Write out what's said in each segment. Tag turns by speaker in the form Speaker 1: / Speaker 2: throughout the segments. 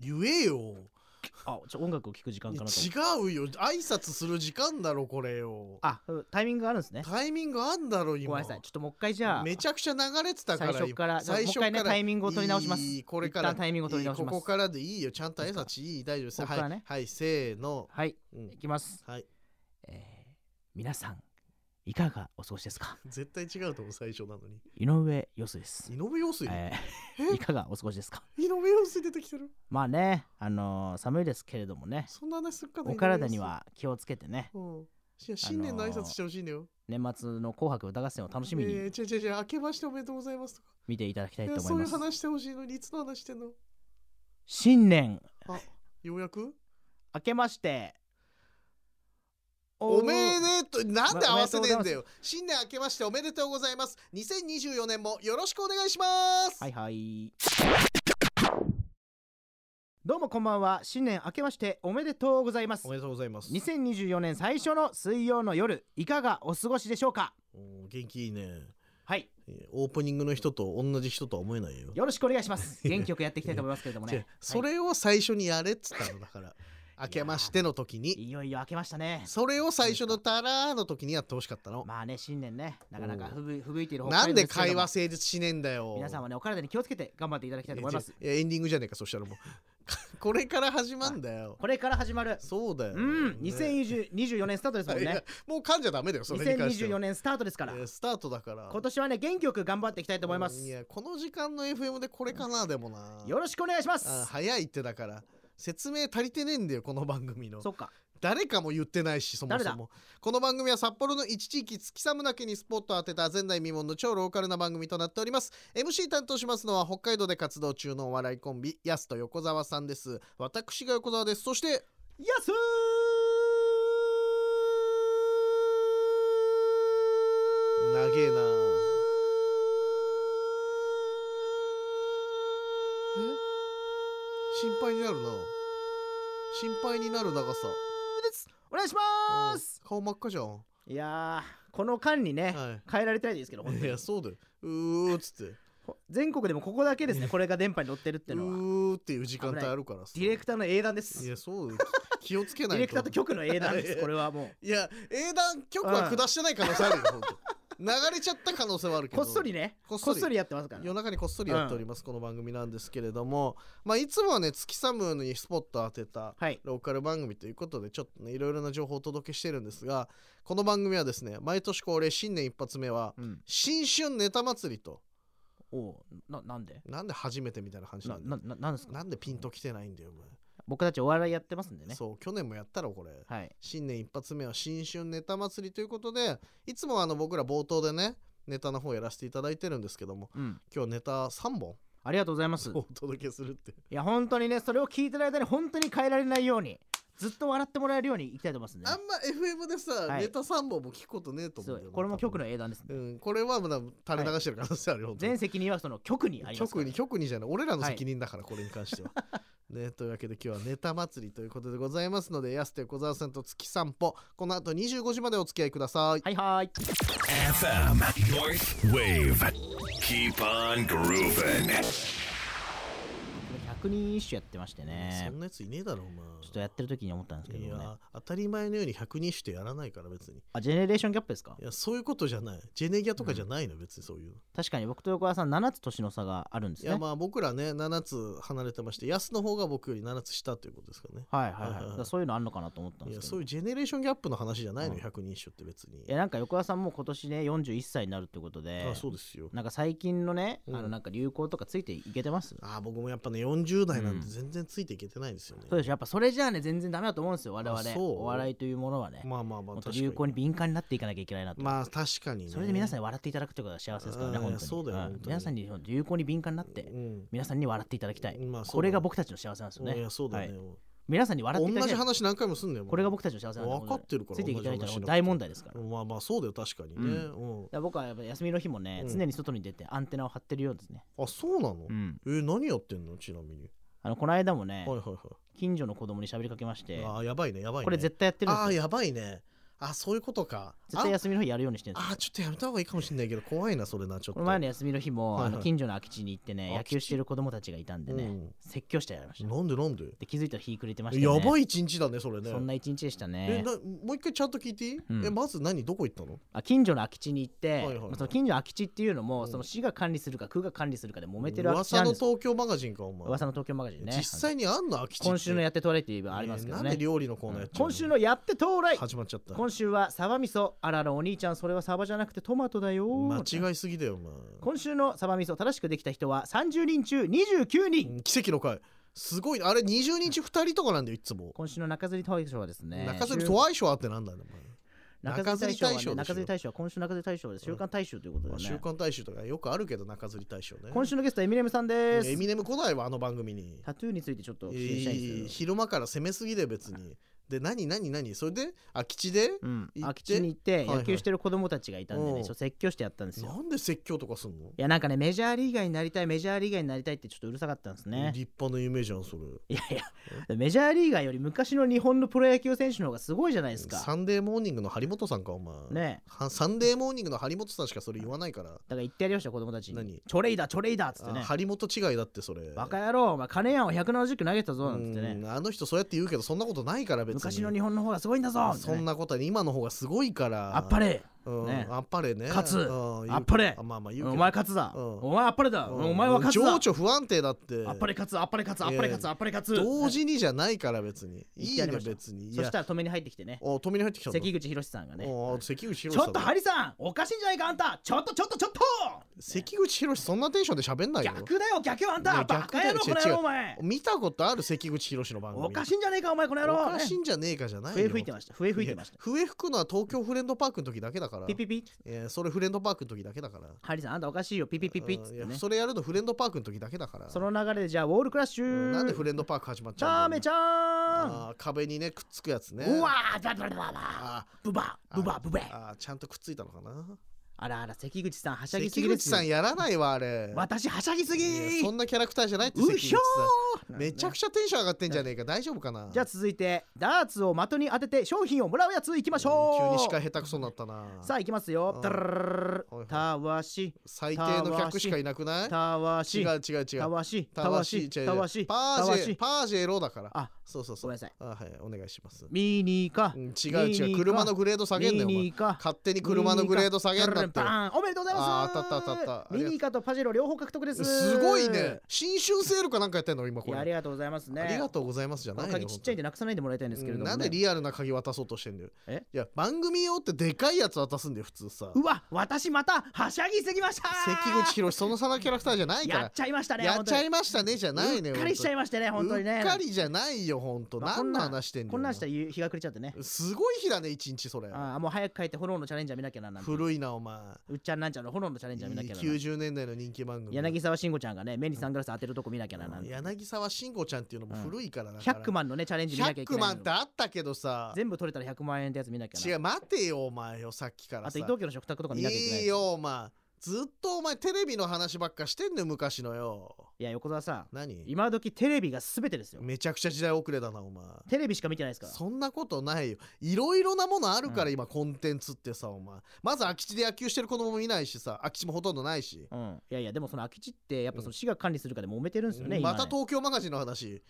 Speaker 1: 言えよ
Speaker 2: あちょ音楽を聴く時間
Speaker 1: い
Speaker 2: か
Speaker 1: や
Speaker 2: なと思って
Speaker 1: 違うよ挨拶する時間だろこれよ
Speaker 2: あうんタイミングがあるんですね
Speaker 1: タイミングあんだろ
Speaker 2: ご
Speaker 1: 今
Speaker 2: めんなさいちょっともう一回じゃあ
Speaker 1: めちゃくちゃ流れてたから
Speaker 2: 最初から
Speaker 1: 今最初
Speaker 2: もう一回ねタイミングを取り直します
Speaker 1: いいこれから
Speaker 2: 一旦タイミングを取り直します
Speaker 1: いいここからでいいよちゃんと挨拶いい大丈夫です
Speaker 2: ここからね
Speaker 1: はい、はい、せーの、
Speaker 2: はい
Speaker 1: うん
Speaker 2: いきます、
Speaker 1: はい
Speaker 2: えー皆さんいかがお過ごしですか
Speaker 1: 絶対違うと思う最初なのに
Speaker 2: 井上陽水です
Speaker 1: 井上陽水、
Speaker 2: え
Speaker 1: え
Speaker 2: ー、いかがお過ごしですか
Speaker 1: 井上陽水出てきてる
Speaker 2: まあねあのー寒いですけれどもね
Speaker 1: そんな話すっかな
Speaker 2: お体に、は気をつけてね
Speaker 1: 井上陽水うん、いや新年の挨拶してほしいんだよ、
Speaker 2: 年末の「紅白歌合戦」を楽しみ
Speaker 1: え
Speaker 2: に
Speaker 1: ー、違う違う違う明けましておめでとうございますとか
Speaker 2: 見ていただきたい
Speaker 1: い
Speaker 2: と
Speaker 1: や
Speaker 2: 思い
Speaker 1: そうい
Speaker 2: ま
Speaker 1: う
Speaker 2: す
Speaker 1: 話してほしいのにいつの話してんの
Speaker 2: 新年
Speaker 1: あようやく
Speaker 2: 明けまして
Speaker 1: おめでとうなんで合わせねえん
Speaker 2: おめ
Speaker 1: だ
Speaker 2: でと
Speaker 1: よ新年明けましておめでとうございます2024年もよろしくお願いしま
Speaker 2: は
Speaker 1: す
Speaker 2: いはいどうもこんばんは新年明けましておめでとうございます
Speaker 1: でとうございま
Speaker 2: 2024年最初の水曜の夜いかがお過ごしでしょうか
Speaker 1: お元気いいね
Speaker 2: はい
Speaker 1: えーオープニングの人と同じ人とは思えないよ
Speaker 2: よろしくお願いします 元気よくやっていきたいと思いますけれども
Speaker 1: 違う
Speaker 2: ね
Speaker 1: そ
Speaker 2: は
Speaker 1: れを最初にやれっつったのだから明けましての時
Speaker 2: い、
Speaker 1: に
Speaker 2: いよいよ明けましたね
Speaker 1: それを最初のタラーの時にやってほしかったの
Speaker 2: まあね新年ねなかなかふぶふぶいている北海
Speaker 1: な
Speaker 2: 道
Speaker 1: んです
Speaker 2: けれ
Speaker 1: 会
Speaker 2: ども
Speaker 1: 話成立しねえんだよ
Speaker 2: 皆さんはねお体に気をつけて頑張っていただきたいと思います
Speaker 1: いやエンディングじゃねえかそしたらも うこれから始まんだよ
Speaker 2: これから始まる
Speaker 1: そうだよ
Speaker 2: うん
Speaker 1: ね
Speaker 2: 2024年スタートですもん
Speaker 1: い
Speaker 2: ね
Speaker 1: やもう噛んじゃダメだよ それに関しては
Speaker 2: 2024年スタートですから
Speaker 1: えースタートだから
Speaker 2: 今年はね元気よく頑張っていきたいと思います
Speaker 1: うんやこの時間の FM でこれかなでもな
Speaker 2: よろしくお願いしま
Speaker 1: あ
Speaker 2: す
Speaker 1: 早いってだから説明足りてねえんだよこの番組の
Speaker 2: そっか
Speaker 1: 誰かも言ってないしそもそ
Speaker 2: 誰
Speaker 1: もこの番組は札幌の一地域月寒岳にスポットを当てた前代未聞の超ローカルな番組となっております MC 担当しますのは北海道で活動中のお笑いコンビやすと横澤さんです私が横澤ですそして
Speaker 2: やすー
Speaker 1: 長えなえ心配になるな心配になる長さ
Speaker 2: ですお願いします
Speaker 1: 顔真っ赤じゃん
Speaker 2: いやーこの間にね、
Speaker 1: は
Speaker 2: 変えられてないですけど本
Speaker 1: い
Speaker 2: 当
Speaker 1: い
Speaker 2: に
Speaker 1: やそうだようーっつって
Speaker 2: ほ全国でもここだけですねこれが電波に乗ってるっていう
Speaker 1: う
Speaker 2: のは
Speaker 1: ーっていう時間帯あるからさ
Speaker 2: ディレクターの英断です
Speaker 1: い
Speaker 2: デ
Speaker 1: やそうだよ気をつけないと
Speaker 2: ィレクターと局の英断ですこれはもう
Speaker 1: いや英断曲は下してない可能性あるよほんと流れちゃった可能性はあるけ
Speaker 2: こ
Speaker 1: ど
Speaker 2: っそりね
Speaker 1: こ
Speaker 2: こ
Speaker 1: っ
Speaker 2: っ
Speaker 1: そ
Speaker 2: そ
Speaker 1: り
Speaker 2: りやってますから
Speaker 1: 夜中にこっそりやっております、この番組なんですけれども、まあ、いつもはね月サムにスポット当てた
Speaker 2: はい
Speaker 1: ローカル番組ということでちょっとねいろいろな情報をお届けしてるんですがこの番組はですね毎年恒例新年一発目は
Speaker 2: うん
Speaker 1: 新春ネタ祭りと
Speaker 2: おうななんで
Speaker 1: なんで初めてみたいな話な
Speaker 2: なん
Speaker 1: だよ
Speaker 2: なななんですか
Speaker 1: なんでピンときてないんだよお前、
Speaker 2: 僕たちお笑いやってますんでね
Speaker 1: そう去年もやったろこれ
Speaker 2: はい
Speaker 1: 新年一発目は新春ネタ祭りということでいつもあの僕ら冒頭でねネタの方やらせていただいてるんですけども
Speaker 2: うん
Speaker 1: 今日ネタ3本
Speaker 2: ありがとうございます
Speaker 1: お届けするって
Speaker 2: いや本当にねそれを聞いてる間に本当に変えられないようにずっと笑ってもらえるようにいきたいと思いますんで
Speaker 1: あん
Speaker 2: ね
Speaker 1: ま FM でさ、
Speaker 2: はい
Speaker 1: ネタ3本も聞くことねえと思
Speaker 2: そううん
Speaker 1: だよ
Speaker 2: これも局の
Speaker 1: 多
Speaker 2: 英断ですね
Speaker 1: 分うん、これはまだ垂れ流してる可能性あるよ、
Speaker 2: 全責任はその局にありますか
Speaker 1: 局
Speaker 2: ら
Speaker 1: に局にじゃない俺らの責任だから、これに関して はねというわけで今日はネタ祭りということでございますので安手小沢さんと月散歩この後25時までお付き合いください
Speaker 2: はいはーい
Speaker 3: FM North Wave. Keep on grooving.
Speaker 2: 100人一首やってましてね
Speaker 1: そんなやついねえだろお前
Speaker 2: ちょっとやってる時に思ったんですけ
Speaker 1: い
Speaker 2: どね
Speaker 1: や当たり前のように100人してやらないから別に
Speaker 2: あジェネレーションギャップですか
Speaker 1: いやそういうことじゃないジェネギャとかじゃないの、別にそういうの
Speaker 2: 確かに僕と横川さん7つ年の差があるん
Speaker 1: い
Speaker 2: ですね
Speaker 1: や
Speaker 2: はい
Speaker 1: まあ僕らね7つ離れてまして安の方が僕より7つ下ということですかね
Speaker 2: は
Speaker 1: はい
Speaker 2: い
Speaker 1: は
Speaker 2: はいいだからそういうのあんのかなと思ったん
Speaker 1: い
Speaker 2: で
Speaker 1: や
Speaker 2: すけ
Speaker 1: そう
Speaker 2: ど
Speaker 1: いうジェネレーションギャップの話じゃないの、
Speaker 2: うん
Speaker 1: 百人一首って別に
Speaker 2: いやなんか横川さんも今年ね41歳になるってことで
Speaker 1: あそうですよ
Speaker 2: なんか最近のね、
Speaker 1: うん
Speaker 2: あのなんか流行とかついていけてます
Speaker 1: あ僕もやっぱね40代なん
Speaker 2: う
Speaker 1: て
Speaker 2: ん
Speaker 1: 全然ついていけてないんですよね、
Speaker 2: そうでしょやっぱそれじゃあね全然ダメだと思うんですよ我々
Speaker 1: あそう
Speaker 2: お笑いというものはね、
Speaker 1: まあまあまあ
Speaker 2: もっと
Speaker 1: 確かに
Speaker 2: 流行に敏感になっていかなきゃいけないなと、
Speaker 1: まあ確かにね
Speaker 2: それで皆さんに笑っていただくってことが幸せですからね
Speaker 1: うん
Speaker 2: 本当に
Speaker 1: そうだよ
Speaker 2: ん
Speaker 1: 本当に
Speaker 2: 皆さんに流行に敏感になって、
Speaker 1: うん
Speaker 2: 皆さんに笑っていただきたい、
Speaker 1: まあそうだね
Speaker 2: これが僕たちの幸せなんですよね
Speaker 1: いやそうだよ
Speaker 2: は
Speaker 1: ね
Speaker 2: い、皆さんに笑っていた
Speaker 1: 同
Speaker 2: だき
Speaker 1: じ
Speaker 2: たい
Speaker 1: 話何回もすんねよ
Speaker 2: これが僕たちの幸せなんで
Speaker 1: 分かってるから
Speaker 2: ついていけてない
Speaker 1: 同じ話し
Speaker 2: 人
Speaker 1: なくて
Speaker 2: の大問題ですから、だか
Speaker 1: まあまあそうだよ確かにね、うん
Speaker 2: ら僕はやっぱ休みの日もね、
Speaker 1: うん
Speaker 2: 常に外に出てアンテナを張ってるようですね、
Speaker 1: あそうなの、
Speaker 2: うん
Speaker 1: えー何やってんのちなみに、
Speaker 2: あのこの間もね、
Speaker 1: はいはいはい
Speaker 2: 近所の子供に喋りかけまして
Speaker 1: あーやばいねやばいね
Speaker 2: これ絶対やってるんです
Speaker 1: あ
Speaker 2: よ
Speaker 1: あーやばいねあそういうことか
Speaker 2: 絶
Speaker 1: あ
Speaker 2: 対休みの日やるようにしてるんです
Speaker 1: あちょっとやめた方がいいかもしれないけど怖いなそれなちょっ
Speaker 2: ことの前の休みの日も、
Speaker 1: はいはい
Speaker 2: あの近所の空き地に行ってね
Speaker 1: あ
Speaker 2: 野球してる子供たちがいたんでね、
Speaker 1: うん
Speaker 2: 説教してやりました
Speaker 1: なんでなんで
Speaker 2: で気づいたら日暮れてました
Speaker 1: や
Speaker 2: ね
Speaker 1: ば
Speaker 2: い
Speaker 1: い一日だねそれね
Speaker 2: そんな一日でした
Speaker 1: え
Speaker 2: ね
Speaker 1: なもう一回ちゃんと聞いていい、
Speaker 2: うん
Speaker 1: えまず何どこ行ったの
Speaker 2: あ近所の空き地に行っ
Speaker 1: は
Speaker 2: て、
Speaker 1: いはいはい
Speaker 2: まあその近所の空き地っていうのも、
Speaker 1: うん
Speaker 2: その市が管理するか区が管理するかで揉めてる空き地
Speaker 1: 噂
Speaker 2: なん
Speaker 1: の
Speaker 2: です
Speaker 1: 東京マガジンかお前、
Speaker 2: 噂の東京マガジンね
Speaker 1: 実際にあんの空き地って
Speaker 2: 今週のやってトライって言えばありますけど
Speaker 1: えなん
Speaker 2: ね
Speaker 1: で料理のコーナーやっちゃうの
Speaker 2: 今週のやって到来
Speaker 1: 始まっちゃった
Speaker 2: 今週はサバ味噌あららお兄ちゃんそれはサバじゃなくてトマトだよ
Speaker 1: 間違いすぎだよお前
Speaker 2: 今週のサバ味噌正しくできた人は30人中29人、
Speaker 1: うん奇跡の回すごいあれ20日2人とかなんだよいつも
Speaker 2: 今週の中吊り大賞はですね
Speaker 1: 中吊り
Speaker 2: 週
Speaker 1: トワイショーあってなんだよお前
Speaker 2: 中吊り大賞はね
Speaker 1: 中吊り大賞でしょ
Speaker 2: 中吊り大賞は今週中吊り大賞です週刊大賞ということで
Speaker 1: まあ週
Speaker 2: ね
Speaker 1: 刊大衆とかよくあるけど中吊り大賞ね
Speaker 2: 今週のゲストはエミネムさんです
Speaker 1: エミネム来ないわあの番組に
Speaker 2: タトゥーについてちょっと
Speaker 1: え
Speaker 2: 聞いたいんですけど
Speaker 1: ー昼間から攻めすぎだよ別にで何何何それで空き地で
Speaker 2: うん
Speaker 1: 行って
Speaker 2: 空き地に行って
Speaker 1: いはい
Speaker 2: 野球してる子供たちがいたんで
Speaker 1: う
Speaker 2: ね
Speaker 1: ん
Speaker 2: ちょっと説教してやったんですよ
Speaker 1: なんで説教とかすんの
Speaker 2: いやなんかねメジャーリーガーになりたいメジャーリーガーになりたいってちょっとうるさかったんですね
Speaker 1: 立派な夢じゃんそれ
Speaker 2: いやいや メジャーリーガーより昔の日本のプロ野球選手の方がすごいじゃないですか
Speaker 1: サンデーモーニングの張本さんかお前
Speaker 2: ねえ
Speaker 1: はサンデーモーニングの張本さんしかそれ言わないから
Speaker 2: だから言ってやりましたよ子供たちに
Speaker 1: 何
Speaker 2: チョレイだチョレイだっつって
Speaker 1: あ
Speaker 2: ね
Speaker 1: 張本違いだってそれ
Speaker 2: バカ野郎お前金やんを170球投げたぞなんつってね
Speaker 1: うんあの人そうやって言うけどそんなことないから別に
Speaker 2: 昔の日本の方がすごいんだぞ
Speaker 1: そん
Speaker 2: な
Speaker 1: なことは今の方がすごいから
Speaker 2: あっぱれ
Speaker 1: うん
Speaker 2: ね
Speaker 1: あっぱれね
Speaker 2: 勝つ
Speaker 1: うん
Speaker 2: あっぱれ
Speaker 1: 言うまあまあ言うけど
Speaker 2: お前勝つだ
Speaker 1: うん
Speaker 2: お前あっぱれだ
Speaker 1: うん
Speaker 2: お前は勝つだ
Speaker 1: 情緒不安定だって
Speaker 2: あっぱれ勝つあっぱれ勝つあっぱれ勝
Speaker 1: い
Speaker 2: つ
Speaker 1: や
Speaker 2: あっぱれ勝つ
Speaker 1: 同時にじゃないから別に
Speaker 2: 言
Speaker 1: い
Speaker 2: っ
Speaker 1: い
Speaker 2: てや
Speaker 1: ね
Speaker 2: りました
Speaker 1: 別にい
Speaker 2: そ
Speaker 1: や
Speaker 2: したら止めに入ってきてね
Speaker 1: お止めに入ってきたんだ
Speaker 2: 関口博さんがね
Speaker 1: お関口博
Speaker 2: ち
Speaker 1: さん
Speaker 2: ょっとハリさんおかしいんじゃないかあんたちょっとちょっとちょっと
Speaker 1: 関口博そんなテンションで喋んないよ
Speaker 2: 逆だよ逆よあん
Speaker 1: い
Speaker 2: た
Speaker 1: や
Speaker 2: バ
Speaker 1: 逆
Speaker 2: カ
Speaker 1: だ
Speaker 2: 野
Speaker 1: よ
Speaker 2: 郎この
Speaker 1: 違う違
Speaker 2: 野
Speaker 1: う
Speaker 2: 郎お前
Speaker 1: 見たことある関口博の番組
Speaker 2: おかしいんじゃねえかお前この野郎
Speaker 1: おかしいんじゃねえかじゃないよ
Speaker 2: 笛吹いてました笛吹いてました
Speaker 1: や笛吹くのは東京フレンドパークの時だけだから
Speaker 2: ピピピ
Speaker 1: えーそれフレンドパークの時だけだから
Speaker 2: ハリさんあんたおかしいよピピピピっつって
Speaker 1: うんい
Speaker 2: ね
Speaker 1: やそれやるのフレンドパークの時だけだから
Speaker 2: その流れでじゃあウォールクラッシ
Speaker 1: う
Speaker 2: ュ
Speaker 1: んなんでフレンドパーク始まっちゃ
Speaker 2: ダ
Speaker 1: う
Speaker 2: メ
Speaker 1: の
Speaker 2: ちゃー
Speaker 1: あー壁にねくっつくやつね
Speaker 2: んうわーダブダブダブ
Speaker 1: あ
Speaker 2: ブバ
Speaker 1: ー
Speaker 2: ブバブベ
Speaker 1: あーちゃんとくっついたのかな
Speaker 2: あらあら関口さんはしゃぎすぎ
Speaker 1: 関
Speaker 2: で
Speaker 1: 口
Speaker 2: すよ
Speaker 1: さんやらないわあれ
Speaker 2: 私はしゃぎす
Speaker 1: い
Speaker 2: ぎ
Speaker 1: やそんなキャラクターじゃないって
Speaker 2: う
Speaker 1: 関口
Speaker 2: ひょ
Speaker 1: さ
Speaker 2: ー
Speaker 1: んめちゃく
Speaker 2: ち
Speaker 1: ちゃテンション上がってんじゃねえか大丈夫かな
Speaker 2: ゃじゃあ続いてダーツを的に当てて商品をもらうやついきましょう
Speaker 1: うん急に司会下手くそになったな
Speaker 2: さあ行きますよ
Speaker 1: うん。
Speaker 2: ダララララ
Speaker 1: はいはい
Speaker 2: たわし、
Speaker 1: 最低の客しかいなくない
Speaker 2: たわ
Speaker 1: 違
Speaker 2: し、
Speaker 1: う違う違う
Speaker 2: たわし、た
Speaker 1: た
Speaker 2: わ
Speaker 1: わし
Speaker 2: し、
Speaker 1: 違う違
Speaker 2: た
Speaker 1: う
Speaker 2: わし、
Speaker 1: パ
Speaker 2: た
Speaker 1: ー
Speaker 2: わ
Speaker 1: ジェ
Speaker 2: し。
Speaker 1: パージェロだから
Speaker 2: あ、
Speaker 1: そうそうそう
Speaker 2: ごめんなさい
Speaker 1: あはいお願いします
Speaker 2: ミニカ
Speaker 1: うん。違う違う車のグレード下げんなよお
Speaker 2: ミ
Speaker 1: 前
Speaker 2: ニカ。
Speaker 1: 勝手に車のグレード下げんなって
Speaker 2: バーンおめでとうございます。
Speaker 1: あー当たった当たったありが
Speaker 2: ミ
Speaker 1: とう
Speaker 2: ニカとパジェロ両方獲得です。
Speaker 1: すごいね。新春セールかなんかやってんの今
Speaker 2: い
Speaker 1: こ
Speaker 2: や
Speaker 1: れ
Speaker 2: ありがとうございますね。
Speaker 1: ありがとうございますじゃ
Speaker 2: こ
Speaker 1: な
Speaker 2: の
Speaker 1: い
Speaker 2: 鍵ちっちゃいんでなくさないでもらいたいんですけれどもね。
Speaker 1: なんでリアルな鍵渡そうとしてんだよ
Speaker 2: え
Speaker 1: いや番組用ってでかいやつ渡すんだよ普通さ
Speaker 2: うわ、私またはしゃぎすぎました。
Speaker 1: 関口博その差のキャラクターじゃないか
Speaker 2: やっ
Speaker 1: ら
Speaker 2: ちゃいましたね。
Speaker 1: やっちゃ
Speaker 2: い
Speaker 1: いましたねじゃないね
Speaker 2: うっかりしちゃいましたね、本当にね。
Speaker 1: うっかりじゃないよほんと
Speaker 2: まあこ
Speaker 1: 何
Speaker 2: ん
Speaker 1: の
Speaker 2: な
Speaker 1: 話してんの
Speaker 2: こんなんしたら日が暮れちゃってね。
Speaker 1: すごい日だね一日それ
Speaker 2: ああもう早く帰って炎のチャレンジャー見なきゃななんて
Speaker 1: 古いなお前
Speaker 2: うっちゃんなんちゃんの炎のチャレンジャー見なきゃななんて
Speaker 1: 90年代の人気番組
Speaker 2: 柳沢慎吾ちゃんがね目にサングラス当てるとこ見なきゃななんて
Speaker 1: 柳沢慎吾ちゃんっていうのも古いからだから
Speaker 2: 100万のねチャレンジ見なきゃいけ
Speaker 1: 100
Speaker 2: な
Speaker 1: 万
Speaker 2: い
Speaker 1: っ
Speaker 2: の
Speaker 1: てあったけどさ
Speaker 2: 全部取れたら100万円ってやつ見なきゃ
Speaker 1: 違
Speaker 2: な
Speaker 1: う待てよお前よさっきから
Speaker 2: あ
Speaker 1: さ
Speaker 2: と伊藤家の食卓とか見なきゃいけない
Speaker 1: いいよお前ずっとお前テレビの話ばっかしてんのよ昔のよ
Speaker 2: いや横澤さん
Speaker 1: 何
Speaker 2: 今時テレビが全てですよ
Speaker 1: めちゃくちゃ時代遅れだなお前
Speaker 2: テレビしか見てないですから
Speaker 1: そんなことないよいろいろなものあるか
Speaker 2: う
Speaker 1: ら今コンテンツってさお前まず空き地で野球してる子供もいないしさ空き地もほとんどないし
Speaker 2: うん、いやいやでもその空き地ってやっぱその市が管理するかで揉めてるんですよね、
Speaker 1: ま
Speaker 2: 今ね
Speaker 1: た東京マガジンの話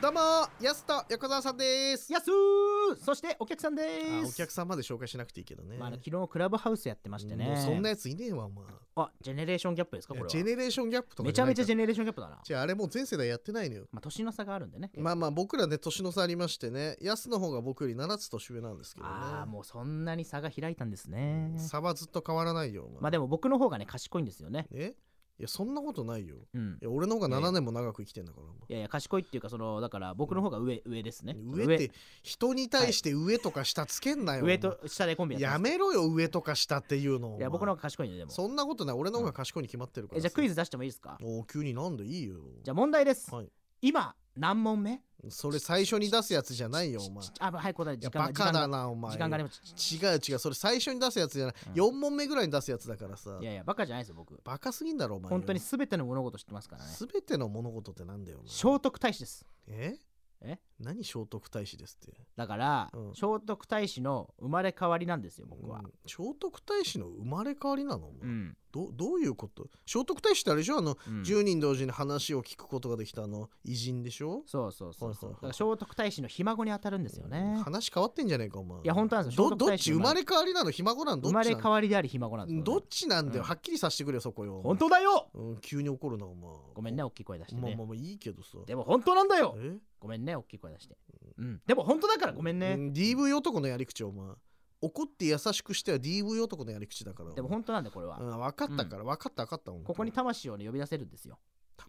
Speaker 1: どうも安田横澤さんです
Speaker 2: やっすーそしてお客さんで
Speaker 1: あ
Speaker 2: ーす
Speaker 1: お客さんまで紹介しなくていいけどね、
Speaker 2: まあ、あの昨日クラブハウスやってましてね、
Speaker 1: もうそんなやついねえわお前
Speaker 2: あジェネレーションギャップですかこれ
Speaker 1: ジェ
Speaker 2: は
Speaker 1: ネレーションギャップとか
Speaker 2: めちゃめちゃジ
Speaker 1: ェ
Speaker 2: ェネレーションギャップだな
Speaker 1: じゃああれもう全世代やってないのよ
Speaker 2: まあ年の差があるんでね。
Speaker 1: まあまあ僕らね年の差ありましてね安の方が僕より7つ年上なんですけどね
Speaker 2: ああ、もうそんなに差が開いたんですね。
Speaker 1: 差はずっと変わらないよお前
Speaker 2: まあでも僕の方がね、賢いんですよね。
Speaker 1: えいやそんなことないよ
Speaker 2: うん
Speaker 1: い。や俺の方が7年も長く生きてんだからお前
Speaker 2: いやいや、賢いっていうか、その、だから僕の方が上、上ですね。
Speaker 1: 上って人に対して上とか下つけんなよ、
Speaker 2: 上、上と下でコンビ
Speaker 1: や
Speaker 2: やってます
Speaker 1: めろよ上とか下っていうの
Speaker 2: いや、僕の
Speaker 1: お
Speaker 2: 方が賢いんで、で
Speaker 1: 前
Speaker 2: も。
Speaker 1: そんなことない俺の方が賢いに決まってるから
Speaker 2: えじゃあクイズ出してもいいですか
Speaker 1: お急になんでいいよ
Speaker 2: じゃあ問題です。
Speaker 1: はい
Speaker 2: 今、何問目
Speaker 1: それ最初に出すやつじゃないよお前い
Speaker 2: ちあ、もう早く答えて、
Speaker 1: や
Speaker 2: 時間が
Speaker 1: バカだ
Speaker 2: 時間が
Speaker 1: なお前
Speaker 2: 時間があります。
Speaker 1: 違う違うそれ最初に出すやつじゃない、
Speaker 2: うん
Speaker 1: 4問目ぐらいに出すやつだからさ
Speaker 2: いやいや、バカじゃないですよ、僕。
Speaker 1: バカすぎんだろお前
Speaker 2: 本当に全ての物事知ってますからね。
Speaker 1: 全ての物事ってなんだよお前
Speaker 2: 聖徳太子です。
Speaker 1: え
Speaker 2: え
Speaker 1: 何聖徳太子ですって
Speaker 2: だから、
Speaker 1: うん
Speaker 2: 聖徳太子の生まれ変わりなんですよ僕は
Speaker 1: うん、聖徳太子の生まれ変わりなの、
Speaker 2: うん
Speaker 1: どどういうこと聖徳太子ってあれでしょあの、
Speaker 2: うん
Speaker 1: 10人同時に話を聞くことができたあの偉人でしょ
Speaker 2: そうそうそうそ
Speaker 1: はいはいは
Speaker 2: う
Speaker 1: い
Speaker 2: だから聖徳太子のひ孫に当たるんですよね
Speaker 1: 話変わってんじゃねえかお前
Speaker 2: いや本当なんですよ
Speaker 1: どどっち
Speaker 2: 聖
Speaker 1: 生
Speaker 2: 徳太子の
Speaker 1: まれ変わりなのひ孫なのどっ
Speaker 2: 生
Speaker 1: ちな
Speaker 2: ま
Speaker 1: の
Speaker 2: れ変わりでありひ孫なんですよね
Speaker 1: どっちなんだよ、
Speaker 2: うん
Speaker 1: はっきりさせてくれよそこよ
Speaker 2: 本当だよ
Speaker 1: うん、急に怒るなお前
Speaker 2: ごめんね大きい声出して
Speaker 1: まあ
Speaker 2: ね
Speaker 1: まあまあいいけどさ
Speaker 2: でも本当なんだよ
Speaker 1: え
Speaker 2: ごめんね大きい声出してうんでも本当だからごめん
Speaker 1: う
Speaker 2: ね
Speaker 1: ん DV 男のやり口お前怒って優しくしては DV 男のやり口だから
Speaker 2: でも本当なんだよこれは
Speaker 1: うん、分かったから、分かった分かった本当
Speaker 2: ここに魂をね呼び出せるんですよ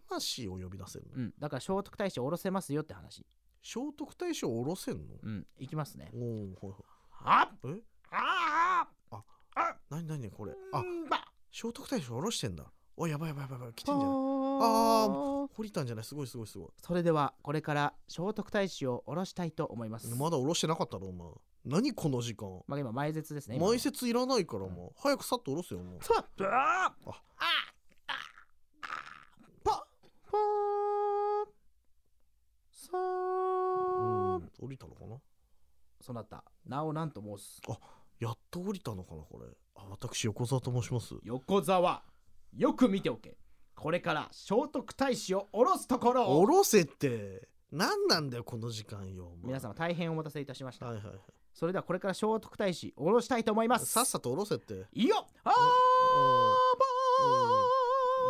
Speaker 1: 魂を呼び出せるの、
Speaker 2: うんだから聖徳太子を下ろせますよって話
Speaker 1: 聖徳太子を下ろせんの、
Speaker 2: うん行きますね
Speaker 1: おおーはい
Speaker 2: あ
Speaker 1: はいえ
Speaker 2: あ
Speaker 1: 何何これ
Speaker 2: あ
Speaker 1: あ
Speaker 2: んば
Speaker 1: 聖徳太子下ろしてんだおやばいやばいやばいやばい来てんじゃないあ
Speaker 2: あ
Speaker 1: 懲りたんじゃないすごいすごいすごい
Speaker 2: それではこれから聖徳太子を下ろしたいと思います
Speaker 1: まだ下ろしてなかったろお前何この時間
Speaker 2: まあ今前説ですね今の
Speaker 1: 前説いらないからもう、早くさっと下ろせよもう
Speaker 2: そうああ
Speaker 1: あ
Speaker 2: あポポーさ
Speaker 1: う
Speaker 2: ー
Speaker 1: ん降りたのかな
Speaker 2: そうなった名をなんと申す
Speaker 1: やっと降りたのかなこれあ私横澤と申します
Speaker 2: 横沢よく見ておけこれから聖徳太子を下ろすところ
Speaker 1: 降
Speaker 2: を
Speaker 1: ろせって何なんだよこの時間よ
Speaker 2: 皆様大変お待たせいたしました
Speaker 1: はいはいはい
Speaker 2: それではこれから聖徳太子下ろしたいと思います
Speaker 1: さっさと降ろせって
Speaker 2: いいよあ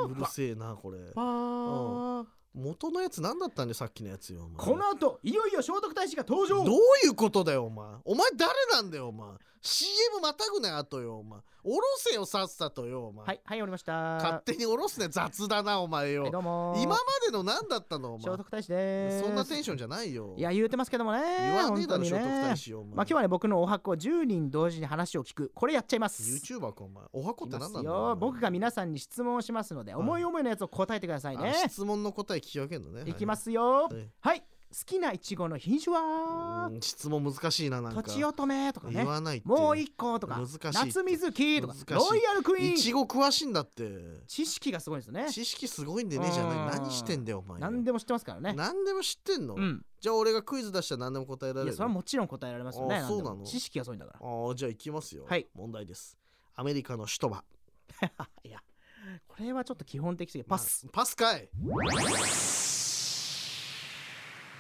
Speaker 1: う
Speaker 2: ー
Speaker 1: ん
Speaker 2: ば
Speaker 1: う
Speaker 2: ー
Speaker 1: るせえなこれ
Speaker 2: ばー
Speaker 1: 元のやつ何だったんだよさっきのやつよお前
Speaker 2: この後いよいよ聖徳太子が登
Speaker 1: ど
Speaker 2: 場
Speaker 1: ういうことだよお前お前誰なんだよお前 CM またぐなあとよお前降ろせよさっさとよお前、
Speaker 2: はいはい降りました
Speaker 1: 勝手に降ろすね雑だなお前よ、
Speaker 2: はいどうもー
Speaker 1: 今までの何だったのお
Speaker 2: 聖
Speaker 1: 前
Speaker 2: 徳太子でーす
Speaker 1: そんなテンションじゃないよ
Speaker 2: いや言うてますけどもね
Speaker 1: 言わねえだろ
Speaker 2: 本
Speaker 1: 聖
Speaker 2: 当
Speaker 1: 徳
Speaker 2: にね
Speaker 1: 太子よお前
Speaker 2: まあ今日はね僕のお箱10人同時に話を聞くこれやっちゃいますい
Speaker 1: YouTuber かお前お箱って
Speaker 2: ま
Speaker 1: 何
Speaker 2: す
Speaker 1: なんだ
Speaker 2: よ僕が皆
Speaker 1: さ
Speaker 2: さんに質問をしますので
Speaker 1: はい
Speaker 2: 思い思いのやつを答えてくださいね
Speaker 1: 質問の答え聞き分けんのね、
Speaker 2: いきますすよ
Speaker 1: はい
Speaker 2: はい好きないちごの品種は
Speaker 1: うん質問難しいななん
Speaker 2: と
Speaker 1: か
Speaker 2: ちおとめとかね
Speaker 1: 言わないって
Speaker 2: もう一個とか
Speaker 1: 難しいって
Speaker 2: 夏水木とか
Speaker 1: 難しい
Speaker 2: ロイヤルクイ
Speaker 1: い
Speaker 2: ー
Speaker 1: ち
Speaker 2: ン
Speaker 1: ご詳しいんだって
Speaker 2: 知識がすごいですよね
Speaker 1: 知識すごいんでねじゃな
Speaker 2: う
Speaker 1: い
Speaker 2: ん
Speaker 1: 何してんだよお前
Speaker 2: 何でも知ってますからね
Speaker 1: 何でも知ってんの、
Speaker 2: うん
Speaker 1: じゃあ俺がクイズ出したら何でも答えられ
Speaker 2: い
Speaker 1: る
Speaker 2: やそれはもちろん答えられますよね
Speaker 1: あそうなの
Speaker 2: 何でも知識がそういんだから
Speaker 1: ああじゃあ行きますよ、
Speaker 2: はい
Speaker 1: 問題ですアメリカの首都は、
Speaker 2: いやこれはちょっと基本的すぎるパス、
Speaker 1: まあパスかい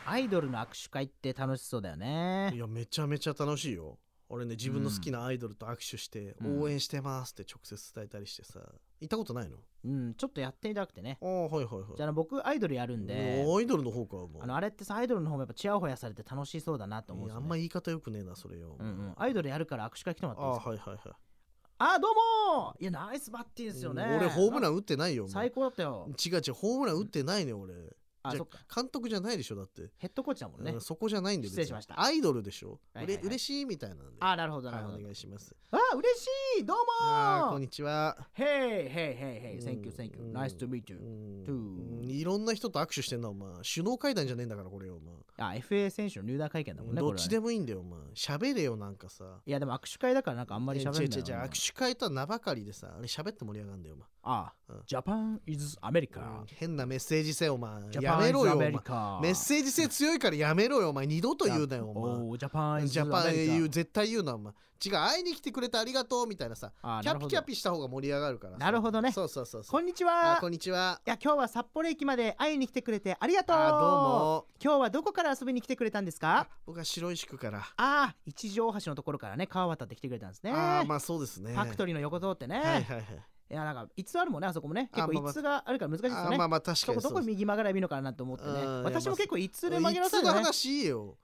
Speaker 2: アイドルの握手会って楽しそうだよ
Speaker 1: い
Speaker 2: ね
Speaker 1: やめちゃめちゃ楽しいよ俺ね自分の好きなアイドルと握手して、
Speaker 2: うん
Speaker 1: 応援してますって直接伝えたりしてさ行ったことないの
Speaker 2: うんちょっとやってみたくてね
Speaker 1: ああはいはいはい
Speaker 2: じゃああの僕アイドルやるんで
Speaker 1: もうアイドルの方かもう
Speaker 2: あのあれってさアイドルの方もやっぱチヤホヤされて楽しそうだなと思うん
Speaker 1: いや
Speaker 2: です
Speaker 1: あ
Speaker 2: よ、
Speaker 1: ん
Speaker 2: ね、
Speaker 1: ま言い方よくねえなそれよ、
Speaker 2: うんうん、アイドルやるから握手会来てもらって
Speaker 1: ああ
Speaker 2: いいですか
Speaker 1: はいはいはい
Speaker 2: あどうもいやナイスバッティングですよね
Speaker 1: 俺ホームラ
Speaker 2: ン
Speaker 1: ン打ってないよお前
Speaker 2: 最高だったよ
Speaker 1: 違う違うホームラン打ってないね俺
Speaker 2: あ
Speaker 1: じゃ
Speaker 2: そっか
Speaker 1: 監督じゃないでしょだって、
Speaker 2: ヘッドコーチだもんね、
Speaker 1: うんそこじゃないんで別に
Speaker 2: 失礼しました
Speaker 1: アイドルでしょ、
Speaker 2: はいはいはいう
Speaker 1: れ嬉しいみたいなんで
Speaker 2: あなるほどな
Speaker 1: はい
Speaker 2: るほど、
Speaker 1: お願いします
Speaker 2: あ嬉しいどう
Speaker 1: あーこん
Speaker 2: も
Speaker 1: にちは
Speaker 2: Hey hey hey hey
Speaker 1: うん
Speaker 2: thank you thank you
Speaker 1: うん
Speaker 2: nice to meet
Speaker 1: う
Speaker 2: you
Speaker 1: ん
Speaker 2: Two
Speaker 1: うんいろんな人と握手してんなお前首脳会談じゃねえんだからこれよお前
Speaker 2: あ FA 選手の入団会見だもんね
Speaker 1: どっ
Speaker 2: これはね
Speaker 1: ちでもいいんだよお前喋れよなんかさ
Speaker 2: いやでも握手会だからなんかあんまり喋んない
Speaker 1: え違う違う違う握手会とは名ばかりでさあれ喋って盛り上がるんだよお前
Speaker 2: あ
Speaker 1: うん
Speaker 2: ジャパン is アメリカ
Speaker 1: 変なメッセージ性お前
Speaker 2: ジャ
Speaker 1: や
Speaker 2: パン
Speaker 1: めろ
Speaker 2: is
Speaker 1: よ
Speaker 2: ア
Speaker 1: お前
Speaker 2: メリカ
Speaker 1: メッセージ性強いからやめろよお前二度と言うなよお
Speaker 2: おージャパン
Speaker 1: 前
Speaker 2: is
Speaker 1: ジ
Speaker 2: ア
Speaker 1: ャパン
Speaker 2: メ
Speaker 1: 言う
Speaker 2: リ
Speaker 1: 絶対言うなお前違う会いに来てくれてありがとうみたいなさ
Speaker 2: カ
Speaker 1: キャピキャピした方が盛り上がるからさ
Speaker 2: なるほどね
Speaker 1: そうそうそうそ
Speaker 2: こ
Speaker 1: うん
Speaker 2: にち
Speaker 1: あ
Speaker 2: は
Speaker 1: こんにちはい
Speaker 2: や今日は札幌駅まで会いに来てくれてありがとう
Speaker 1: あどうも
Speaker 2: 今日はどこから遊びに来てくれたんですか
Speaker 1: 僕は白石区から
Speaker 2: ああ一条大橋のところからね川渡って来てくれたんですね
Speaker 1: ああまあそうですね
Speaker 2: ファクトリーの横通ってね、
Speaker 1: はい
Speaker 2: い
Speaker 1: はいはい
Speaker 2: やなんかいつあるもんねあそこもね
Speaker 1: あ
Speaker 2: 結構
Speaker 1: まあまあ
Speaker 2: いつがあるから難しいです
Speaker 1: あ
Speaker 2: よね
Speaker 1: ーまあまあ確か
Speaker 2: ど
Speaker 1: に
Speaker 2: こ
Speaker 1: そう
Speaker 2: どこ
Speaker 1: です
Speaker 2: 右曲がればいいのかなと思って
Speaker 1: うんい
Speaker 2: ね
Speaker 1: やまあ
Speaker 2: 私も結構一通で
Speaker 1: 一
Speaker 2: 紛らわさ
Speaker 1: 通
Speaker 2: れ
Speaker 1: の
Speaker 2: たね
Speaker 1: 話いいよ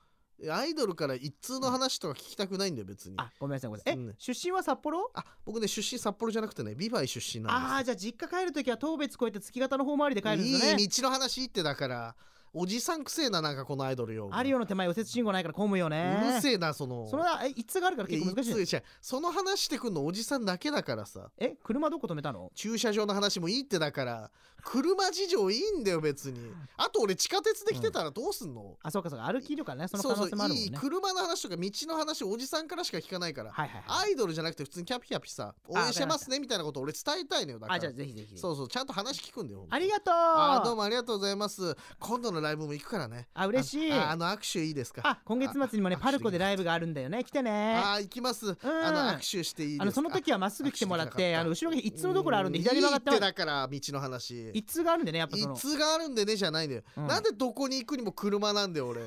Speaker 1: アイドルから一通の話とか聞きたくないんだよ別に
Speaker 2: あごめんなさいごめんなさいえ、
Speaker 1: うん
Speaker 2: 出身は札幌
Speaker 1: あ僕ね出身札幌じゃなくてねビバイ出身
Speaker 2: あ
Speaker 1: な
Speaker 2: あ
Speaker 1: ん
Speaker 2: ーじゃあ実家帰るときは東別越えて月形の方回りで帰るん
Speaker 1: です
Speaker 2: ですね
Speaker 1: いい道の話ってだからおじさんくせえななんかこのアイドルよ
Speaker 2: アリオの手前右折信号ないから混むよ
Speaker 1: う
Speaker 2: ね
Speaker 1: るせえなその
Speaker 2: それはえいつがあるから
Speaker 1: え
Speaker 2: 結構難しい
Speaker 1: いつ違うその話してくんのおじさんだけだからさ
Speaker 2: え車どこ止めたの
Speaker 1: 駐車場の話もいいってだから車事情いいんだよ別にあと俺地下鉄で来てたらどうすんの、
Speaker 2: あそうかそうか歩きるからねその
Speaker 1: そう
Speaker 2: 可
Speaker 1: そ
Speaker 2: 能性もあ
Speaker 1: う
Speaker 2: るもん
Speaker 1: い
Speaker 2: ね
Speaker 1: い車の話とか道の話おじさんからしか聞かないから、
Speaker 2: はいはいは
Speaker 1: ア
Speaker 2: い
Speaker 1: イドルじゃなくて普通にキャピキャピさ応援してますねみたいなことを俺伝えたいのよだか
Speaker 2: あ
Speaker 1: ら
Speaker 2: じゃあぜひぜひ
Speaker 1: そうそうちゃんと話聞くんだよ
Speaker 2: ありがとう
Speaker 1: あーどうもありがとうございます今度のライブも行くからね
Speaker 2: あ嬉しい
Speaker 1: ああの握手いいですか
Speaker 2: あ今月末にもね
Speaker 1: あ
Speaker 2: パルコでライブがあるんだよね来てね
Speaker 1: あー行きます、あの握手していいですか
Speaker 2: あのその時はまっすぐ来てもらっ
Speaker 1: 握手できなか
Speaker 2: て
Speaker 1: った
Speaker 2: あの後ろが一通のところあるんで
Speaker 1: う
Speaker 2: 左曲がった
Speaker 1: いい
Speaker 2: 方
Speaker 1: って
Speaker 2: が
Speaker 1: だから道の話い
Speaker 2: 一通があるんでねやっぱその
Speaker 1: つがあるんでねじゃないのよ、
Speaker 2: うん
Speaker 1: なんでどこに行くにも車なんで 俺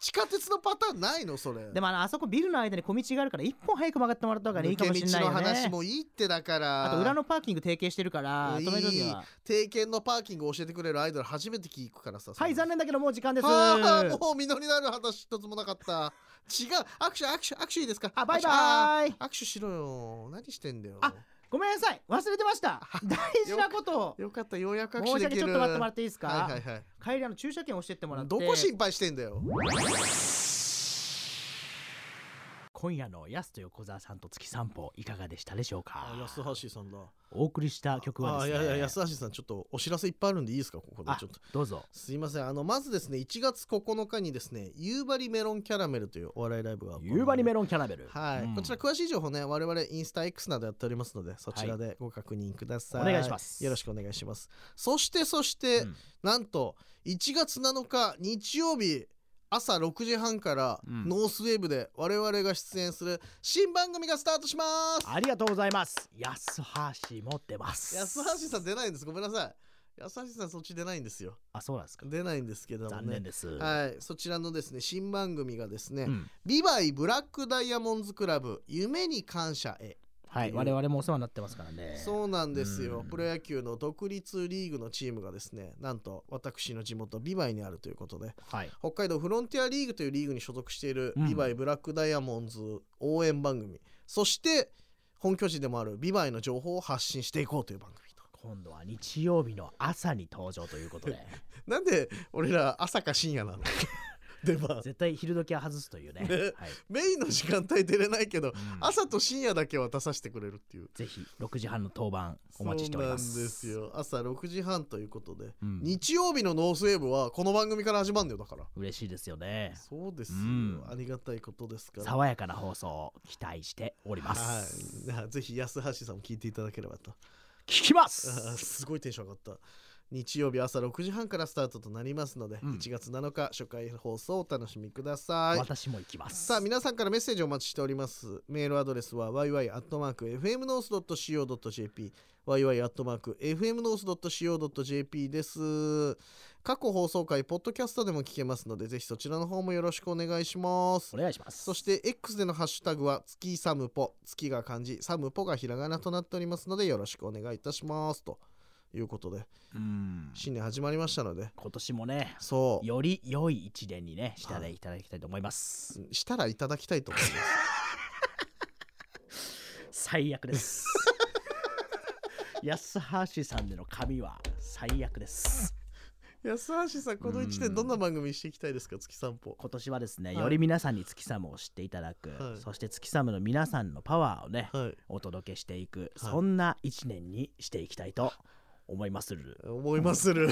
Speaker 1: 地下鉄のパターンないのそれ
Speaker 2: でもあのあそこビルの間に小道があるから一本早く曲がってもらった方がねいい
Speaker 1: 抜
Speaker 2: か
Speaker 1: け
Speaker 2: もしれな
Speaker 1: 道
Speaker 2: い
Speaker 1: の
Speaker 2: よ
Speaker 1: 話
Speaker 2: ね
Speaker 1: もいいってだから
Speaker 2: あと裏のパーキング提携してるから
Speaker 1: いい
Speaker 2: 止める時は
Speaker 1: 定見のパーキング教えてくれるアイドル初めて聞くからさ
Speaker 2: はい残念だけどもう時間です
Speaker 1: ああもう実りのある話一つもなかった違う握手握手握手いいですか
Speaker 2: あバイバイ
Speaker 1: 握手あー握手しろよ何してんだよ
Speaker 2: あごめんなさい忘れてました大事なことを
Speaker 1: よかったようやく
Speaker 2: 申
Speaker 1: 握
Speaker 2: し
Speaker 1: 手で
Speaker 2: 訳
Speaker 1: きる
Speaker 2: ちょっと待ってもらっていいですか、
Speaker 1: はいはいはい
Speaker 2: 帰りあの駐車券教えてもらって
Speaker 1: どこ心配してんだよ
Speaker 2: 今夜のやすと横澤さんと月散歩いかがでしたでしょうか
Speaker 1: 安橋さんだ
Speaker 2: お送りした曲はですね
Speaker 1: あいやいや安橋さんちょっとお知らせいっぱいあるんでいいですかここで
Speaker 2: あ
Speaker 1: ちょっと
Speaker 2: どうぞ
Speaker 1: すいませんあのまずですね1月9日にですね夕張メロンキャラメルというお笑いライブが
Speaker 2: 夕張メ
Speaker 1: ロン
Speaker 2: ロンキャラメル
Speaker 1: はい、
Speaker 2: うん
Speaker 1: こちら詳しい情報ね我々インスタ X などやっておりますのでそちらでご確認ください、
Speaker 2: お願いします
Speaker 1: よろしくお願いしますそしてそして、
Speaker 2: うん
Speaker 1: なんと1月7日日曜日朝6時半から
Speaker 2: うん
Speaker 1: ノースウェーブで我々が出演する新番組がスタートします、
Speaker 2: ありがとうございます安橋持ってます
Speaker 1: 安橋さん出ないんですごめんなさい安橋さんそっち出ないんですよ
Speaker 2: あそうなんですか
Speaker 1: 出ないんですけどもね
Speaker 2: 残念です
Speaker 1: はい、そちらのですね新番組がですね
Speaker 2: うん
Speaker 1: 「ビバイブラックダイヤモンズクラブ夢に感謝へ
Speaker 2: はい我々もお世話になってますから」ね
Speaker 1: そうなんですよ
Speaker 2: うん
Speaker 1: プロ野球の独立リーグのチームがですねなんと私の地元ビバイにあるということで
Speaker 2: はい
Speaker 1: 北海道フロンティアリーグというリーグに所属している
Speaker 2: うん
Speaker 1: ビバイブラックダイヤモンズ応援番組、そして本拠地でもあるビバイの情報を発信していこうという番組と
Speaker 2: 今度は日曜日の朝に登場ということ で
Speaker 1: なんで俺ら朝か深夜なの 出番
Speaker 2: 絶対昼時は外すというね
Speaker 1: ね
Speaker 2: はい
Speaker 1: メインの時間帯出れないけど、
Speaker 2: うん
Speaker 1: 朝と深夜だけは出させてくれるっていう
Speaker 2: ぜひ6時半の当番お待ちしております
Speaker 1: そうなんですよ朝6時半ということで、
Speaker 2: うん
Speaker 1: 日曜日のノースウェーブはこの番組から始まるんだよだから
Speaker 2: 嬉しいですよね
Speaker 1: そうですよ、
Speaker 2: うん
Speaker 1: ありがたいことですから
Speaker 2: 爽やかな放送を期待しております
Speaker 1: はい、 ぜひ安橋さんも聞いていただければと
Speaker 2: 聞きま
Speaker 1: あー
Speaker 2: す
Speaker 1: すごいテンション上がった日曜日朝6時半からスタートとなりますので、
Speaker 2: うん
Speaker 1: 1月7日初回放送お楽しみください
Speaker 2: 私も行きます
Speaker 1: さあ皆さんからメッセージをお待ちしておりますメールアドレスは yy.fmnorth.co.jp yy.fmnorth.co.jp です過去放送回ポッドキャストでも聞けますのでぜひそちらの方もよろしくお願いします
Speaker 2: お願いします
Speaker 1: そして X でのハッシュタグは月サムポ月が漢字サムポがひらがなとなっておりますのでよろしくお願いいたしますということで
Speaker 2: うん
Speaker 1: 新年始まりましたので
Speaker 2: 今年もね
Speaker 1: そう
Speaker 2: より良い一年にねしていただきたいと思います
Speaker 1: したらいただきたいと思います
Speaker 2: 最悪です安橋さんでの髪は最悪です
Speaker 1: 安橋さんこの1
Speaker 2: う
Speaker 1: 年
Speaker 2: ん
Speaker 1: どんな番組していきたいですか月散歩
Speaker 2: 今年はですね、
Speaker 1: はい
Speaker 2: より皆さんに月サムを知っていただく、
Speaker 1: はい
Speaker 2: そして月サムの皆さんのパワーをね、
Speaker 1: はい
Speaker 2: お届けしていく、
Speaker 1: はい
Speaker 2: そんな一年にしていきたいと思いまする。
Speaker 1: 思いまする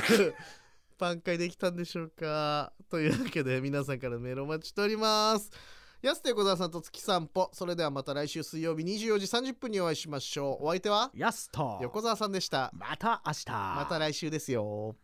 Speaker 1: 挽回できたんでしょうかというわけで皆さんからメールお待ちしております安手小沢さんと月散歩それではまた来週水曜日24時30分にお会いしましょうお相手は
Speaker 2: やすと
Speaker 1: 横澤さんでした
Speaker 2: また明日
Speaker 1: また来週ですよ